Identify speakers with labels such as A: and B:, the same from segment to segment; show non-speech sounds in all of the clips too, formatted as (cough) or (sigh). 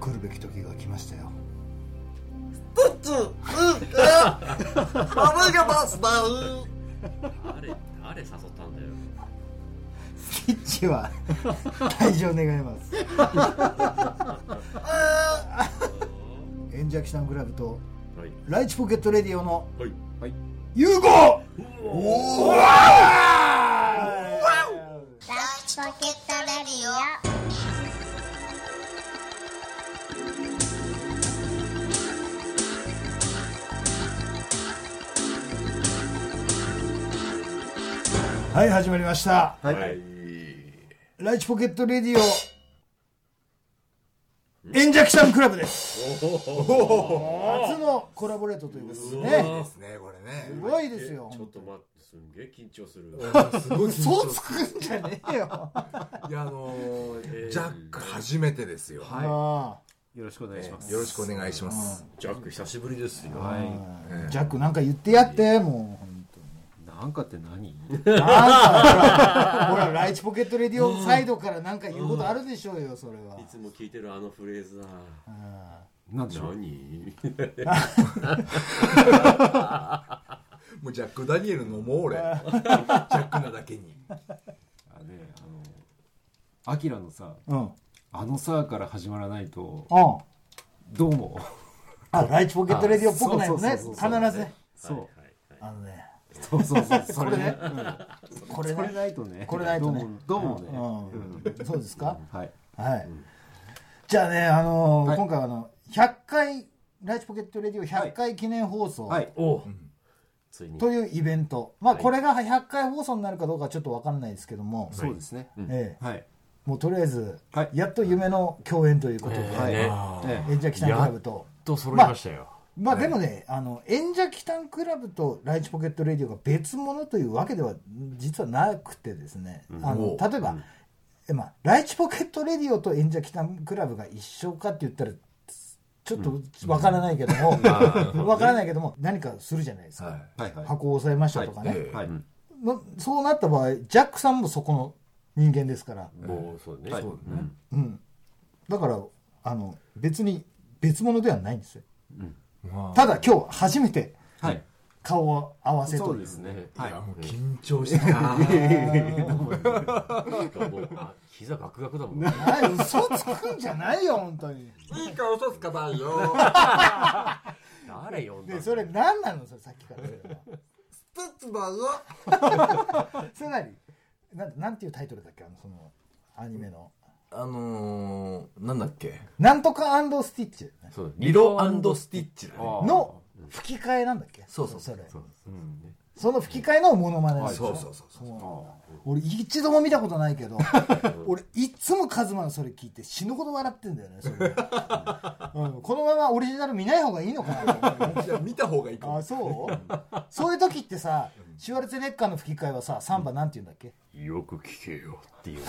A: 来るべき時が来ましたよ
B: プッツうんえママがバスだ
C: 誰誰誘ったんだよ
A: スイッチは退場願います演者記者のクラブと
C: はい
A: ライチポケットレディオの
C: はいはい
A: 融合お
D: ラウチポケットレディオ
A: はい始まりました
B: はい、
A: ライチポケットレディオ演者記者のクラブです初のコラボレートということですね
B: ですねこれね
A: すごいですよ
C: ちょっと待ってすんげえ緊張する
B: すごい緊
A: 嘘
B: 張
A: つくんじゃねえよ
B: いやあのー
C: えー
B: ジャック初めてですよ、
A: あ
E: よろしくお願いします。
B: よろしくお願いします、
C: ジャック久しぶりですよ
E: は
B: え
A: あジャックなんか言ってやってもう本当に
E: い。なんかって何？
A: あんたほらほらライチポケットレディオサイドからなんか言うことあるでしょうよそれはい
C: つも聞いてるあのフレーズだ
A: あ
E: (laughs) なんでしょう。
C: 何
B: もうジャック・ダニエル飲もう俺ジャックなだけに
E: あれあのアキラのさ、
A: ーうん
E: あのさから始まらないと
A: うん
E: どうも。
A: あライチポケットレディオっぽくないのね
E: あ
A: 必
E: そうそうそうそう
A: ずね
E: (laughs) そう
A: あのね
E: そうそう (laughs) そう。それね。
A: これ
E: それ
A: ね
E: ないとね。
A: これないとね
E: どうもどうも
A: う
E: ね。
A: んそうですか
E: はい。
A: はい、じゃあね、あのー
E: はい
A: 今回はあの100回ライチポケットレディオ100回記念放送、
E: はい。
C: お (laughs) ついに
A: というイベント、まあ、
C: はい
A: これが100回放送になるかどうかはちょっと分かんないですけども、
E: そうですね。
A: ええ
E: はい。
A: もうとりあえず、
E: はい
A: やっと夢の共演ということで、
E: はい。
C: ね
E: ええ
A: 演者キタンクラブと
F: と揃いましたよ、
A: まあでもね、あの演者キタンクラブとライチポケットレディオが別物というわけでは実はなくてですね、あの
B: お
A: 例えば、えまあ、ライチポケットレディオと演者キタンクラブが一緒かって言ったらちょっとわからないけども、
B: (laughs)
A: わからないけども何かするじゃないですか、
B: はい
E: はいはい。
A: 箱を押さえましたとかね、
B: はいえ
E: はい。
A: のそうなった場合ジャックさんもそこの人間ですから、
C: もうそうね
E: はい
C: そう
A: だからあの別に別物ではないんですよ
B: まあ
A: ただ今日初めて
E: はい。
A: 顔を合わせとい
E: そうですね。はいい
B: や。もう緊張してた
C: なんかもうあ膝ガクガクだもんね
A: はい嘘つくんじゃないよ本当に
B: いい顔嘘つかないよ
C: 誰呼ん
A: で
C: だの
A: それ何なのそれさっきから
B: 一つだよ
A: それ何なんなんていうタイトルだっけあのそのアニメの
B: あのー、なんだっけ
A: なんとかスティッチだよね
C: そう
B: リロスティッチだね
E: あー
A: の吹き替えなんだっけ
B: そうそう
A: それ
B: そう
A: その吹き替えのモノマネなんでしょ
B: そうそうそうそう
A: 俺一度も見たことないけど (laughs) 俺いつもカズマのそれ聞いて死ぬほど笑ってんだよねそれ、うん、このままオリジナル見ない方がいいのかなと思うよ
B: じゃあ見た方がいいかも
A: あそうそういう時ってさシュワルツェネッカーの吹き替えはさサンバなんて言うんだっけ
C: よく聞けよっていう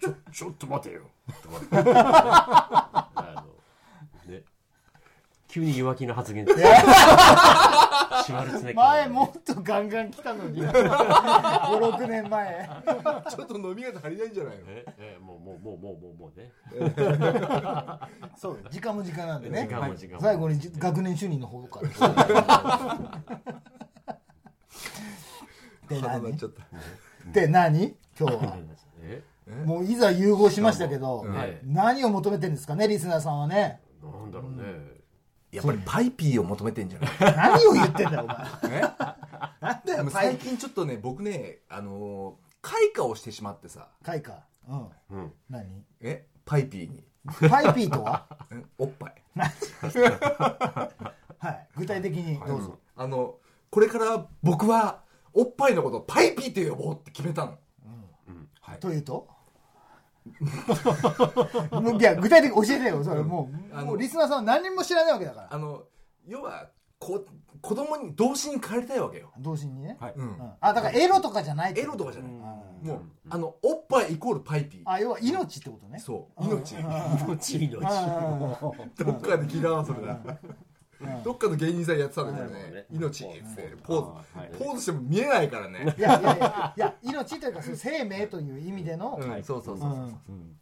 C: ちょちょっと待てよ (laughs) あのね急に弱気な発言シュワルツェネッカー
A: 前もっとガンガン来たの
C: (laughs)
A: に56年前
B: ちょっと飲み方足りないんじゃないの
C: ええもうもうもうもうもうもうね
A: そう時間も時間なんでね
C: 時間も時間も
A: 最後にじ学年主任の方からで
B: 鼻鳴
A: 何
B: っちゃった
A: で何今日は
C: え
A: もういざ融合しましたけど、
C: ね
A: 何を求めてるんですかねリスナーさんは
C: (laughs)
A: ね
C: なんだろうね
B: やっぱりパイピーを求めてんじゃない
A: 何を言ってんだよお前なんだ
B: で
A: よ
B: も
A: パイ
B: 最近ちょっとね僕ねあのー、開花をしてしまってさ
A: 開花うん、
C: うん
A: 何
B: えパイピーに
A: パイピーとは
B: んおっぱい
A: はい具体的にどうぞ、
B: あのこれから僕はおっぱいのことをパイピーって呼ぼうって決めたの
A: というと (laughs) もういや具体的に教えてよそれもう
B: あの
A: もうリスナーさんは何も知らないわけだから
B: あの要はこ子供に童心に帰りたいわけよ、
A: 同心にね、
E: はい
B: うん
A: うんあだからエロとかじゃないって
B: エ
A: こ
B: ロとかじゃない、
A: うん
B: もう、あのおっぱいイコールパイピー
A: あ要は命ってことね
B: そう命
C: 命命
A: あー
B: どっかで聞いたなそれな
A: うん
B: どっかの芸人さんやってたんだけど
C: うん
B: ね、命っつって、ポー
E: あーはい
B: ズ、ポーズしても見えないからね。
A: いやいやいやいや命というかその生命という意味での、
B: うん、そうそうそうそうそう。
E: うん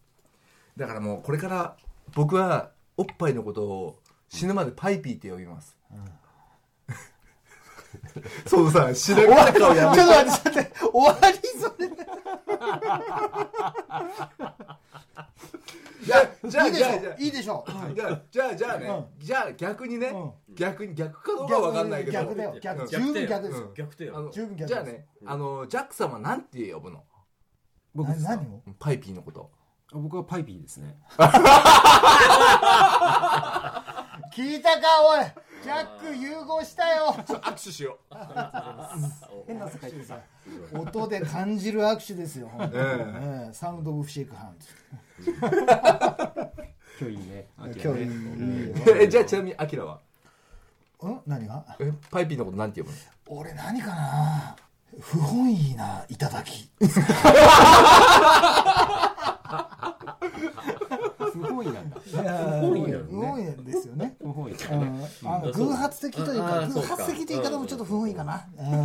B: だからもうこれから僕はおっぱいのことを死ぬまでパイピーって呼びます。そう (laughs) さ、死ぬ
A: 終わりちょっと待ってちょっと待って終わりそれ
B: じゃあ、じゃ
A: い
B: あ、
A: いで
B: じ
A: し
B: ゃあ、
A: ょいいでしょ
B: じゃあ、じゃあ、じゃあね、
A: う
B: じゃあ逆にね、
A: う
B: 逆に、逆かどうかわかんないけど。
A: 逆だよ逆
B: うん
A: 十分逆です
B: う
A: よ
B: ん、
C: 逆転
B: あの
A: 十分逆です
B: じゃあね、あの、ジャックさんはなんて呼ぶの
E: 僕です
A: な
E: か
A: 何を
B: パイピーのこと。
E: 僕はパイピーですね。
A: 聞いたかおいジャック融合したよ
B: 握手しよう。
A: 変な世界ですよ音で感じる握手ですよ、本当に
B: え
A: ええサウンド・オブ・シェイク・ハン
E: 今日いいね。今
A: ズ今日いいいいよ
B: え、じゃあちなみに、アキラは
A: うん何が
B: え、パイピーのことなんて呼ぶの
A: 俺何かな不本意な頂き
E: 不本意なんだ。
A: 不本
C: 本意なのね
A: 不本意ですよね
E: 不本意
A: う
E: だね。
A: んあの偶発的という
C: あ
A: か
C: ー
A: 偶
C: そうか
A: 発的という言い方もちょっと不本意かなうんうん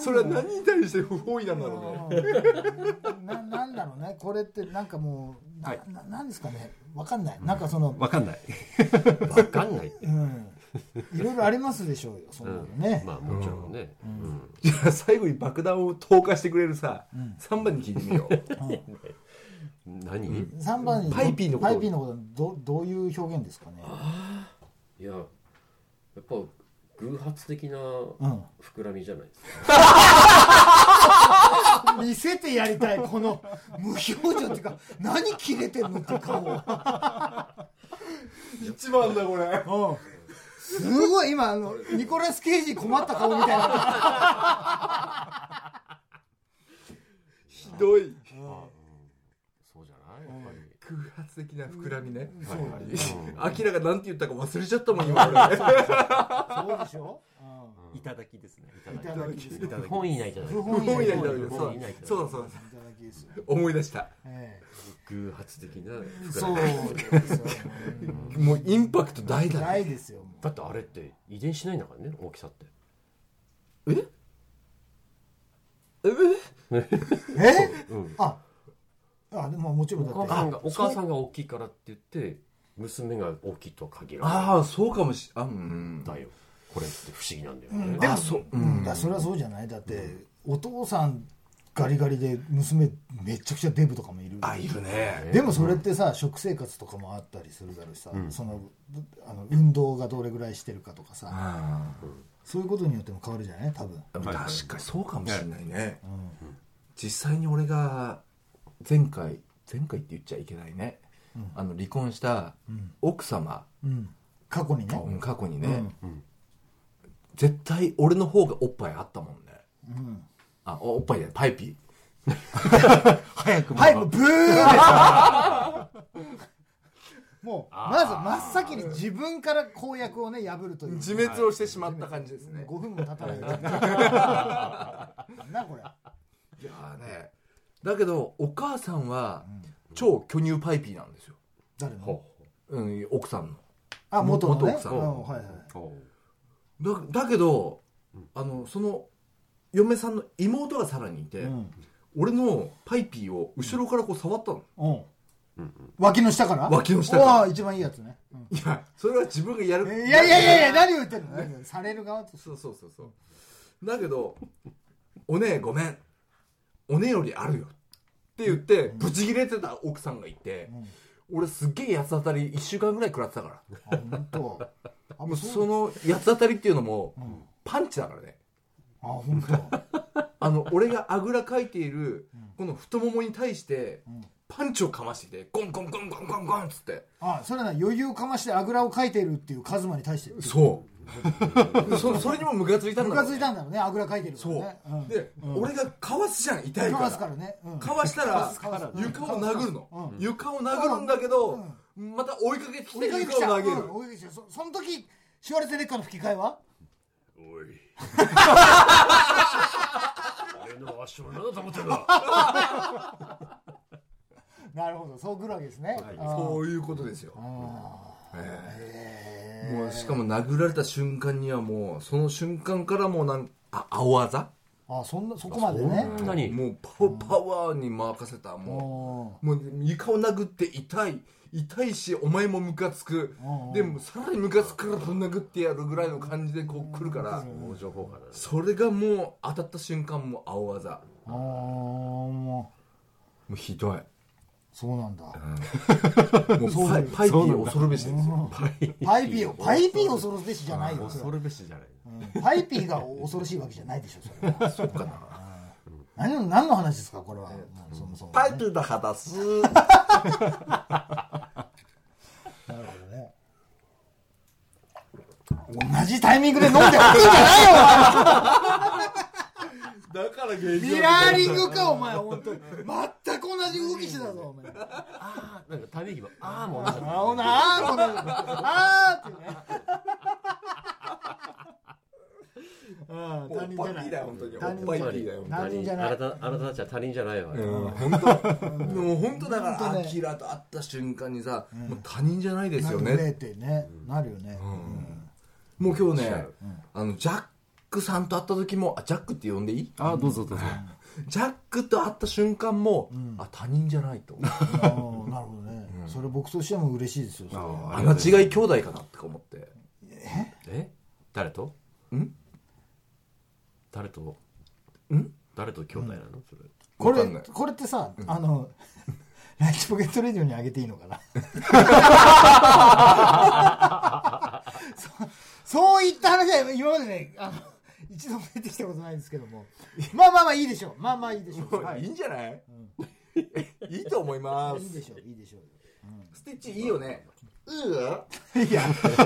B: それは何に対して不本意なんだろうね。
A: うんななんだろうねこれってなんかもうな,、
E: はい
A: ななんですかねわかんないなんかその、
E: わかんない。
C: わかんないって
A: うんいろいろありますでしょうよ、そんなのね。
C: まあもちろんねうん
B: じゃあ最後に爆弾を投下してくれるさ、三3番に聞いてみよう
C: 何
A: 3番に
B: パイピーのこと
A: パイピーのことどどういう表現ですかね。
C: いややっぱ偶発的な
A: うん
C: 膨らみじゃないですか
A: 見せてやりたい、この無表情っていうか、何切れてんのって顔。
B: 一番だこれ
A: うんすごい今あのニコラス・ケイジ困った顔みたいな
B: ひどい
C: そうじゃないやっぱり
B: 空発的な膨らみね、
A: そう
B: ア (laughs) キラが何て言ったか忘れちゃったもん今俺
A: そうでしょ、
E: いただきですね。
A: うん、いただきですいただ
C: 不本意ないじゃない
A: 不
B: 不
A: 本意
B: 本意
A: な
B: なんだよそ
C: 不
B: う
C: 本意ないから
B: そうだそうだ
A: きですよ、
B: 思い出した
A: え
C: 偶発的な
A: え、
C: 膨ら
A: そ
C: み
A: うですよ
B: もうインパクト大だ
A: な
B: ね
A: いですよも
C: だってあれって遺伝しないんだからね大きさって
B: ええ
A: うえ、ああでももちろんだって
C: お母さんがお母さんが大きいからって言って娘が大きいとは限らない
B: ああそうかもしあうん
C: だよこれって不思議なんだよね、
B: あそうう
A: うん、
B: ん
A: だからそれはそうじゃないだって、お父さんガリガリで娘めちゃくちゃデブとかもいる
B: あいるね
A: でもそれってさ、食生活とかもあったりするだろうしさ、そのあの運動がどれぐらいしてるかとかさ、
B: あ
A: そういうことによっても変わるじゃない多分
B: あ確かにそうかもしれないね、実際に俺が前回前回って言っちゃいけないね、あの離婚した奥様、
A: うん過去にね、
B: うん過去にね、絶対俺の方がおっぱいあったもんね、あおおっぱいじゃないパイピ
E: 早くも。
A: はいもうブーです
B: (laughs)
A: もうまず真っ先に自分から公約をね破るとい
B: ー
A: う
B: 自滅をしてしまった感じですね、
A: 5分も経たないうちになこれ
B: いやーねだけどお母さんは超巨乳パイピーなんですよ、
A: 誰の
B: うん、奥さんの
A: あ元のね
B: 元奥さん
A: うんはいはい
B: だだけど、あのその嫁さんの妹がさらにいて、
A: うん
B: 俺のパイピーを後ろからこう触ったの、
A: うん、脇の下から
B: 脇の下から
A: おー一番いいやつね、うん
B: いやそれは自分がやる
A: いやいやいやいや何を言ってるの何を言ってんのされる側として
B: そうそうそうそうだけど「おねえごめんおねえよりあるよ」って言ってブチギレてた奥さんがいて、俺すっげえ八つ当たり1週間ぐらい食らってたか
A: あ本当あ
B: ら
A: も
B: も
A: う
B: う
A: そ
B: そうの八つ当たりっていうのも、パンチだからね
A: あ本当
B: あの俺があぐらかいているこの太ももに対してパンチをかましてきてゴンゴンゴンゴンゴンゴンっつって
A: あそれはな余裕をかましてあぐらをかいているっていうカズマに対して
B: そうそそれにもムカついたん
A: ム
B: だ
A: カ
B: ろう
A: つ
B: ね
A: いたんだろうねあぐらかいてるか
B: そ
A: ら
B: う
A: ね、うん、
B: で、俺がかわすじゃん痛い
A: か
B: か
A: わ
B: ら
A: すからね、うん、
B: かわしたら
A: かわす
B: 床を殴るの、
A: う
B: 床を殴るんだけど、また追いかけてき
A: 追
B: て
A: いかけてき
B: 床
A: た
B: を投げる、
A: うん追いかけてきたそその時シュワルツェネッカーの吹き替えは
C: おい俺の足は何だと思ってるの
A: なるほどそうくるわけですね、あー
B: そういうことですよ
A: え
B: もうしかも殴られた瞬間にはもうその瞬間からもうなんあ青あざ
A: あそんなそこまでね
C: そんなに
B: もうパワーパワーに任せたも
A: も
B: うもう床を殴って痛い痛いしお前もムカつく
A: うん
B: でもさらにムカつくからぶん殴ってやるぐらいの感じでこう来るから
C: 相乗効果だね
B: それがもう当たった瞬間もう青あざ
A: うあーも
B: もうひどい、
A: うそうなんだ
B: もうパイパイピー恐るべしですよ
A: パイピーをパイピーを恐るべしじゃないよそれ
C: 恐るべしじゃない
A: うんパイピーが恐ろしいわけじゃないでしょそれは (laughs) そうかな何の何の話ですかこれは、まあそもそもね、
B: パイピーだはだす
A: なるほどね同じタイミングで飲んでほしいんじゃ
B: だから芸
A: ないよミラーリングかお前本当に全く同じ動きしてたぞお前
C: ああなんかため息もああもう
A: あおなあーこのあーってね (laughs) あー他人じゃない
B: 本当に
A: 他人
B: おっぱい
A: じゃな
B: ピ
A: い
B: ーだよ
A: 他人じゃない
C: あなたあなたたちは他人じゃないわ
B: う
C: よ
B: ん本当でも本当だか
A: 本当
B: ら、
A: ね
B: アキラと会った瞬間にさ、もう他人じゃないですよ
A: なるねっ
B: ね。
A: てねなるよね
B: もう今日ね、あのジャックさんと会った時も、あジャックって呼んでいい？
E: あどうぞどうぞ
B: ジャックと会った瞬間も、あ他人じゃない (laughs) と、
A: あーなるほどねそれ僕としても嬉しいですよそれは
B: あの違い兄弟かなって思って。
C: え誰と
B: ん
C: 誰とん誰と兄弟なのそれ
A: こ
B: わ
A: れ
B: かんない、
A: これってさあの (laughs) ランチポケットレディオにあげていいのかな (laughs) そそういった話は今までねあの一度も出てきたことないんですけどもまあまあまあいいでしょうまあまあいいでしょう、はい
B: い
A: い、
B: んじゃない？いいと思いま
A: いい
B: す。
A: でしょういいでしょ
B: (laughs)
A: う
B: スティッチいいよね。うわ。
A: いや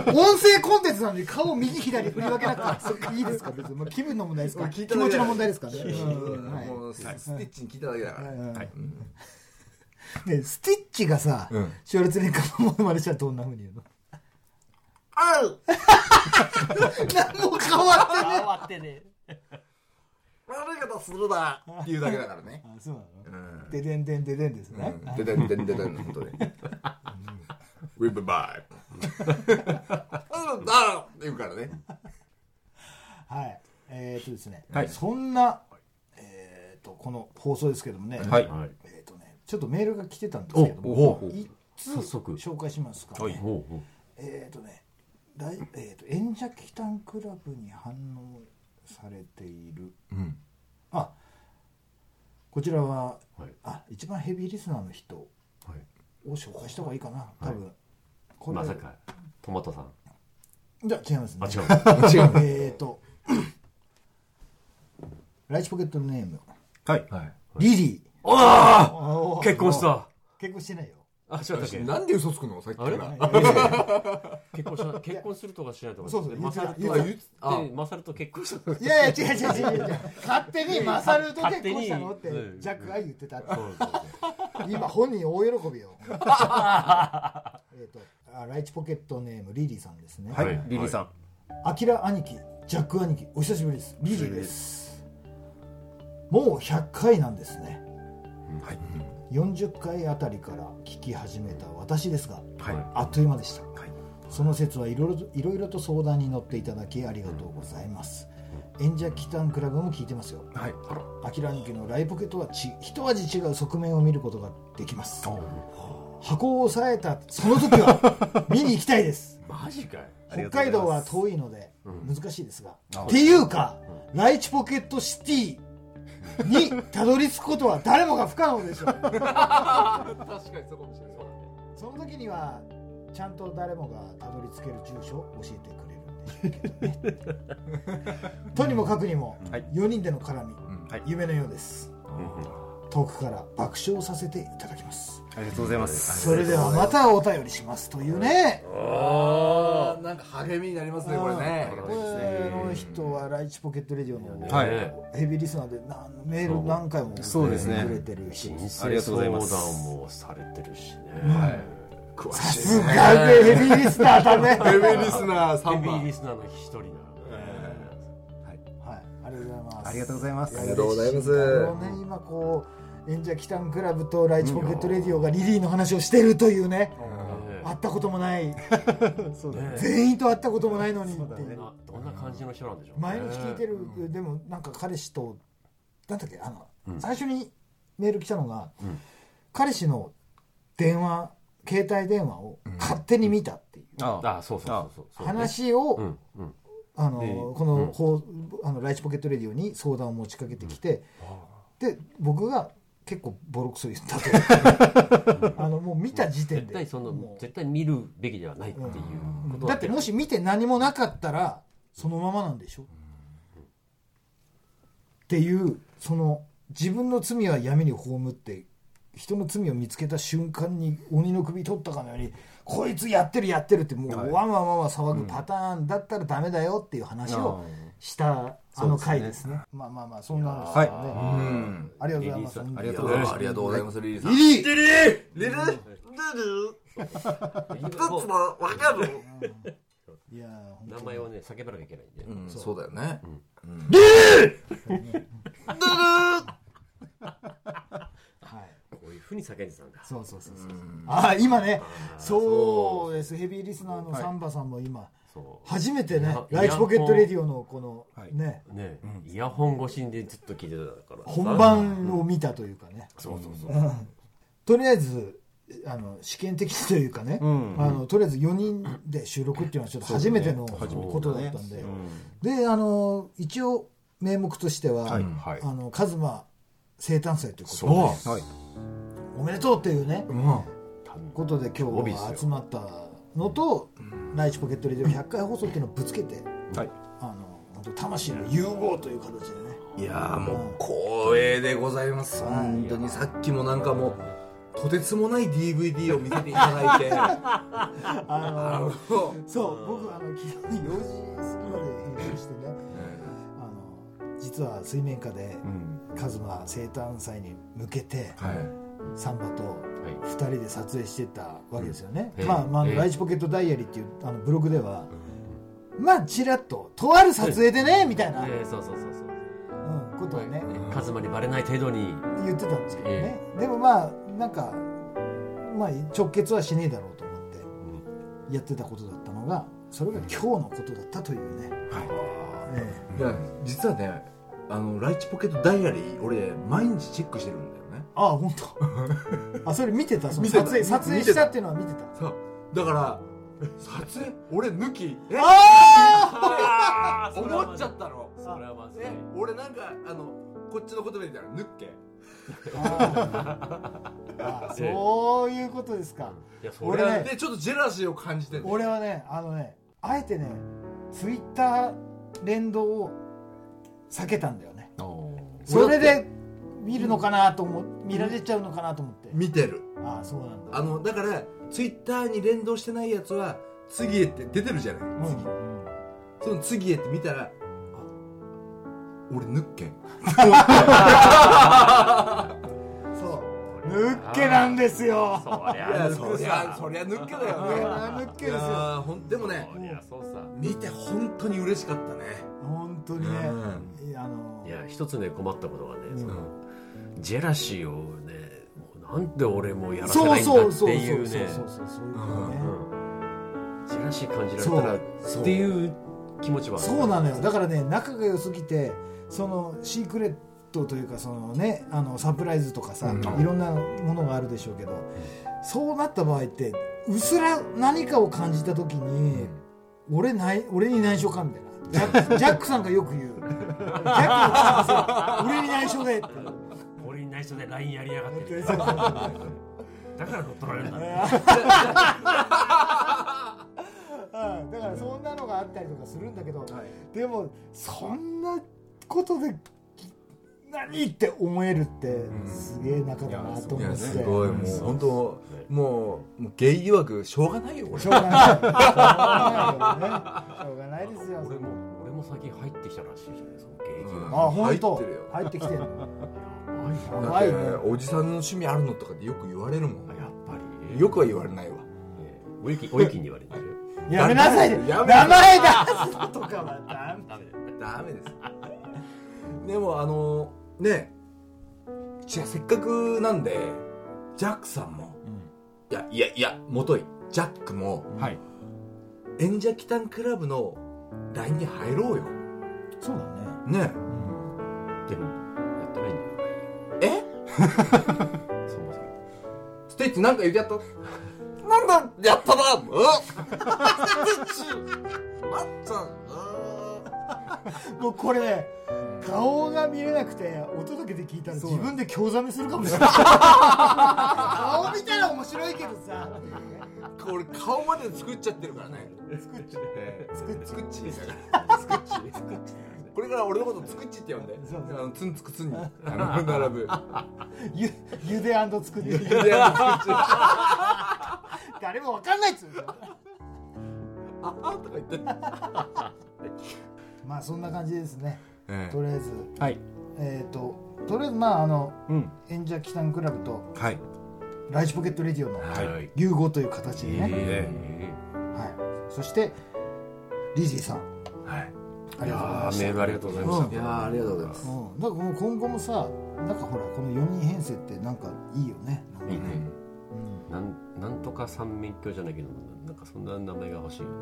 A: 音声コンテンツなのに顔右左振り分けなくていいですか別に、まあ、気分の問題ですか
B: 俺聞
A: 気
B: いただ
A: 持
B: けだ
A: ちの
B: よ
A: 問題ですからね、うんはい
B: もうスティッチに聞いただけだから。
A: はい
B: はいうん
A: (laughs) ねスティッチがさ、
B: うん
A: シュワルツェネッガーのモノマネしたらどんなふうに言うの
B: あう。
A: (laughs) 何も変わって
C: 変わってね
B: 悪いことするなっていうだけだからね。
A: あそうなの
B: うん
A: ででんでんででんですね。
B: ででんでんででんのことで。ウィブバイ。うんだって言うからね。
A: はい。えーっとですね。
B: はい
A: そんな、えーっと、この放送ですけどもね。
B: はい
C: はい
A: えーっとね、ちょっとメールが来てたんですけど
B: お
A: も
B: お、
A: 一通
C: 早速
A: 紹介しますか、ね。
C: ほうほう
A: えーっとね、来えーっと、演者期間クラブに反応されている。
B: うん。
A: あ、こちらは、
C: はい
A: あ、一番ヘビーリスナーの人を
C: はい
A: 紹介した方がいいかな、多分。これ
C: まさかトマトさん
A: じゃあ違いますね。
C: あ
A: (laughs)
C: 違う
B: 違う。
A: えー
C: (laughs)
A: と、ライチポケットネーム、
B: はい。はい。
A: リリ
C: あ
A: ー。
C: あ結婚し。た
A: 結婚してないよ。
C: あ違ったっけ
B: なんで嘘つくのさっきか
C: あれ
B: ら。
C: 結婚した結婚するとかしないとか
A: そうそう
C: マサル
A: 言
C: と
A: ってた
B: 言ってた
C: でマサルと結婚した
A: いやいや、違う違う違う違
C: (laughs)
A: う。勝手にマサルと結婚したのって
C: 勝手に
A: ジャックが言ってたって。
C: そうそう
A: 今本人大喜び
C: (laughs)
A: よ。えっと、あライチポケットネーム、リリーさんですね。
C: はい
E: リリーさん
A: アキラ兄貴、ジャック兄貴、お久しぶりです。リリーです。もう100回なんですね。
E: はい
A: 40回あたりから聞き始めた私ですが、
E: はい
A: あっという間でした、
E: はい
A: その説はいろいろといろいろと相談に乗っていただきありがとうございます、演者キタンクラブも聞いてますよ
E: はい
A: アキラ兄貴のライブポケとはち一味違う側面を見ることができます箱を押さえたその時は見に行きたいです
C: マジかよ
A: 北海道は遠いので難しいですが、っていうか、ライチポケットシティにたどり着くことは誰もが不可能でしょう
B: 確かにそうかもしれない。
A: その時にはちゃんと誰もがたどり着ける住所を教えてくれるんでしょうけどねとにもかくにも
E: はい
A: 4人での絡み、
E: はい
A: 夢のようです遠くから爆笑させていただきます
E: ありがとうございます
A: それではまたお便りしますというね
B: ああ、なんか励みになりますね、これね。
A: これの人はライチポケットレディオの
E: はい
C: ね
A: ヘビーリスナーでなんメール何回も
E: そ
A: 送っ
E: うで
A: て
E: すね
A: くれてるし
C: 人
E: あ
C: 生
E: りがとうござ
C: 相
E: います
C: 談もされてるしね
B: 詳
A: さ
B: しい。
A: すがヘビーリスナーだねはい
B: ヘビーリスナー
C: ヘ
B: 3
C: ビー
B: 番
C: リ。スナーの一人なのね
A: ありがとうございます
E: ありがとうございます
B: りがとうご
A: あ
B: ざいます
A: のね、今こう演者キタンクラブとライチポケットレディオがリリーの話をしてるというね、
C: ね
A: 会ったこともない
F: そうだね
C: ね
A: 全員と会ったこともないのにって
F: そうだね
C: どんなどんな感じの人なんでしょう
A: 毎日聞いてる、でもなんか彼氏となんだっけあの、最初にメール来たのが、彼氏の電話携帯電話を勝手に見たっていう
F: ああ
C: あそうそうそうそうそうね
A: 話を、
C: うんうん
A: あ
C: で
A: のこのほうあのライチポケットレディオに相談を持ちかけてきて、で僕が結構ボロクソ言ったと (laughs) あのもう見た時点
C: 絶
A: で
C: 対その
A: もう
C: 絶対見るべきではないっていうこと
A: だってもし見て何もなかったらそのままなんでしょっていうその自分の罪は闇に葬って人の罪を見つけた瞬間に鬼の首取ったかのようにこいつやってるやってるってもうわんわんわんわん騒ぐパターンだったらダメだよっていう話をしたあの回ですねまあまあまあそんな話ですよねう
B: う
A: ん
B: ん
A: ありがとうございます
F: ありがとうございます
B: ありがとうございますリリーさん
F: リリー
B: リリーリリー一つもわかる
A: いやー本当
C: 名
A: に
C: 前をね叫ばなきゃいけないんで
B: うんそうだよね
A: はい
C: こういうふうに叫んでたんだ
A: そうそうそうそう。ああ今ね、そうです。ヘビーリスナーのサンバさんも今
C: そ
A: 初めてね
C: や、
A: ライチポケットレディオのこの
F: はい
A: ね
C: うねイヤホン越しにずっと聞いてたから
A: 本番を見たというかね。
C: そうそうそう
A: とりあえず。あの試験的というかね、あのとりあえず4人で収録っていうのはちょっと初めてのことだったんで、であの一応名目としては、
F: はいはい
A: あのカズマ生誕祭ということで
F: はい
A: おめでとうっていうね、ことで今日
C: 帯です
A: は
C: よ
A: 集まったのと「ライチポケットレディオ100回放送」っていうのをぶつけて
F: はい
A: あの本当魂の融合という形でね
C: (laughs)
B: いやーもう光栄でございます本当にさっきもなんかもうとてつもない DVD を見せていただ (laughs) いてあの
A: そう僕あの昨日4時過ぎまで編集してねあの実は水面下でカズマ生誕祭に向けて
B: はい
A: サンバと
C: はい
A: 2人で撮影してたわけですよね、
C: うん
A: まあ、まああの
C: ええ
A: ライチポケットダイアリーっていうあのブログでは、まあちらっととある撮影でねみたいな、
C: えーそうそうそうそう
A: うん、ことはね、
C: カズマにバレない程度に
A: 言ってたんですけどね、でもまあなんか、まあ、直結はしねえだろうと思ってやってたことだったのがそれが今日のことだったというね、ええ
B: いや実はねあのライチポケットダイアリー俺毎日チェックしてるんだよね
A: ああ本
B: (laughs)
A: 当あそれ見てたその
B: 見て
A: 撮
B: た
A: 影撮影したっていうのは見てた
B: そうだから撮影俺抜きえ思っちゃったの
C: それはまずい
B: え俺なんかあのこっちの言葉で言ったら抜っけ
A: ああそういうことですか
C: いやそ
A: 俺
C: れ
A: ね
B: 俺でちょっとジェラシーを感じてんだよ
A: 俺はねあのねあえてねツイッター連動を避けたんだよねそれで見るのかなと思見られちゃうのかなと思って
B: 見てる
A: ああそうなんだ
B: あのだからツイッターに連動してないやつは次へって出てるじゃない
A: うん
B: その次へって見たらあ俺抜っけん
A: そう。ぬっけなんですよ。
C: そり
B: い
C: ゃ
B: や
C: そ
B: そうり
C: さ
B: ゃそりゃ抜っけだ
A: あ
B: よね
A: ーぬっけ
B: い
A: ですよ。
B: やーほんでもね
C: そりゃそうさ
B: 見て本当に嬉しかったね
A: 本当にね
B: う。
A: いやあの
C: いや一つね困ったことはね、
A: ん
C: そのジェラシーをねもうなんで俺もやらせないんだっていうね
A: そうそうそうそうそういうことね
C: うんジェラシー感じられたら
A: そう
C: っていう気持ちはある
A: そうなのよ。だからね仲が良すぎてそのシークレットというかそのねあのサプライズとかさ、いろんなものがあるでしょうけど、そうなった場合ってうすら何かを感じた時に、俺ない俺に内緒かみたいな。ジャックジャックさんがよく言う。ジャックさん俺に内緒でって。
C: 俺に内緒で LINE やりやがってる
A: そう
C: だから乗っ取られるんだ
A: うんだからそんなのがあったりとかするんだけど、でもそんなことでき何って思えるってすげえ仲だなと
B: い
A: 思っ
B: や
A: て
B: すごいもう本当
C: ね
B: もうもうゲイ疑惑しょうがないよ俺
A: しょうがないしょうがないよねしょうがないですよ
C: 俺も俺も最近入ってきたらしいじゃないその芸術
B: うん
A: あ本当
B: 入ってるよ
A: 入ってきてる
C: や
B: だ
A: 怖
B: っ
A: い
B: て
A: ね
B: おじさんの趣味あるのとかってよく言われるも
C: ばい
B: ん
C: やっぱり
B: よくは言われないわ
C: ねおゆきおゆきに言われてる
A: やめなさいで
B: や
A: 名
B: めな
A: 前出すとかはダメ
C: ダメだよ
B: ダメですでもあのねじゃあせっかくなんでジャックさんも、いやいやいやもといジャックも
E: はい
B: 演者タンクラブの LINE に入ろうよ
A: そうだね、
B: ね
A: うん
C: でもやってないんだよ
B: え
C: そもそも
B: ステッチなんか言ってやったなんだやった (laughs) なうんステッチまっちゃんうん
A: もうこれね顔が見れなくて音だけで聞いたら
E: そ
A: 自
E: うなの
A: 分で興ざめするかもしれない顔見たら面白いけどさ
B: これ顔まで作っちゃってるからね
A: 作っちゃう
B: 作っち作っちだから
C: 作っち作っち
B: これから俺のこと作っちって呼んで
A: そうそう
B: あのツンツクツンにあの並ぶ
A: ゆゆで作って
B: いや作っち
A: 誰もわかんないっつうの
B: ああとか言って
A: まあそんな感じですね
B: え
A: とりあえず
E: はい
A: えっ、ととりあえずまああの
E: うん
A: 演者キタンクラブと
B: えはい
A: ライチポケットレディオの
B: はい
A: 融合という形でね、
B: え
A: はい、そしてリージーさん
B: はい
A: あ
C: い
A: り
C: や
A: がとうござい
C: ー
A: ます
C: メールありがとうございました
B: いやーありがとうございます
A: うん、だからもう今後もさなんかほらこの4人編成ってなんかいいよねなんか
C: いいね
A: うん
C: なんなんとか三面鏡じゃないけどなんかそんな名前が欲しいよね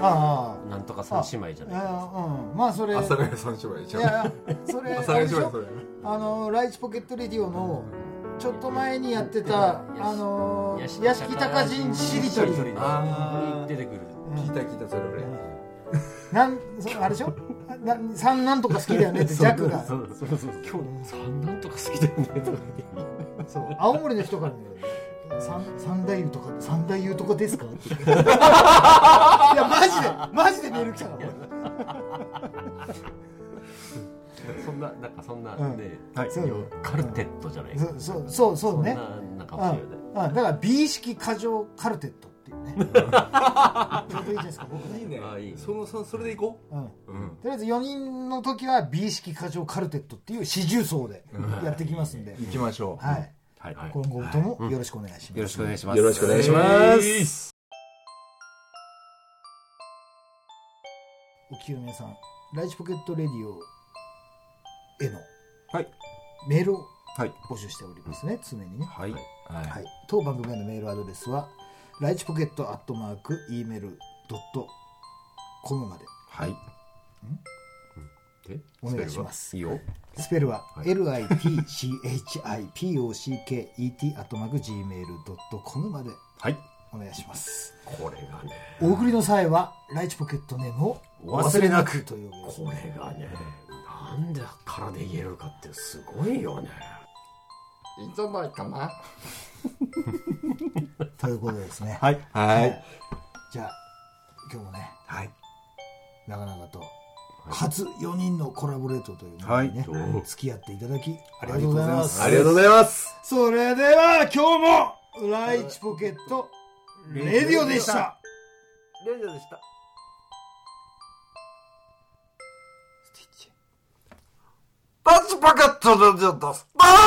A: ああ
C: なんとか三姉妹じゃ
A: い
C: ないけど
A: やうんまあそれ
B: 阿佐ヶ谷三姉妹
A: い
B: じゃん
A: やそれ (laughs)
B: 阿
A: あ
B: 佐ヶ
A: れで
B: 谷姉
A: し
B: 妹
A: ょ
B: それ
A: あのライチポケットレディオのちょっと前にやってた
C: やってた
A: あの
C: 屋敷
A: 屋敷隆人しりとり
C: しりと
B: あー
C: 出てくる
B: 聞いた聞いたそれ俺
A: なんそあれでしょな三なんとか好きだよね (laughs) ってジャックが
C: そうそうそう今日三なんとか好きだよねとか
A: そう青森の人からね三三大湯とか三大湯とか (laughs) ですかっていやマジでマジでメール来たから
C: そんななんかそんな
A: うん
C: ね
E: はい
A: そう
C: 要はカルテットじゃない
A: そそうそうそうね
C: そんななんか
A: あ
C: 欲しいよね
A: あだから美意識過剰カルテットっていうねちょうどいいじゃないですか僕ね
B: いいね
C: あいいね
B: そのそそれでいこ
A: うん
B: ううん
A: とりあえず4人の時は美意識過剰カルテットっていう四重奏でやってきますんで、
B: 行きましょう
A: はい、
C: はいはい
A: 今後ともよろしくお願いします、
E: よろしくお願いします
B: よろしくお願いします
E: す
A: お清めさんライチポケットレディオへの
E: はい
A: メールを
E: はい
A: 募集しておりますね常にね、
E: はい
B: はい
A: はい、当番組へのメールアドレスはライチポケットアットマーク e メールドットコムまで
E: はい
C: で
A: お願いします
C: いいよ
A: スペルは
C: はい
A: LITCHIPOCKET アットマーク Gmail.com まで
E: はい
A: お願いします
B: これがね
A: お送りの際はライチポケットネームをお忘れなくということで
C: これがねなんでからで言えるかってすごいよね
B: いいんじゃないかな
A: ということですね
E: はい
B: はい
A: じゃあ今日もね
B: はい
A: 長々と初4人のコラボレートというのにね、
C: はい
A: 付き合っていただきありがとうございます
B: ありがとうございます
A: それでは今日もライチポケットレディオでした
B: レジャーでしたスティッチパンチパケットレジャーですあ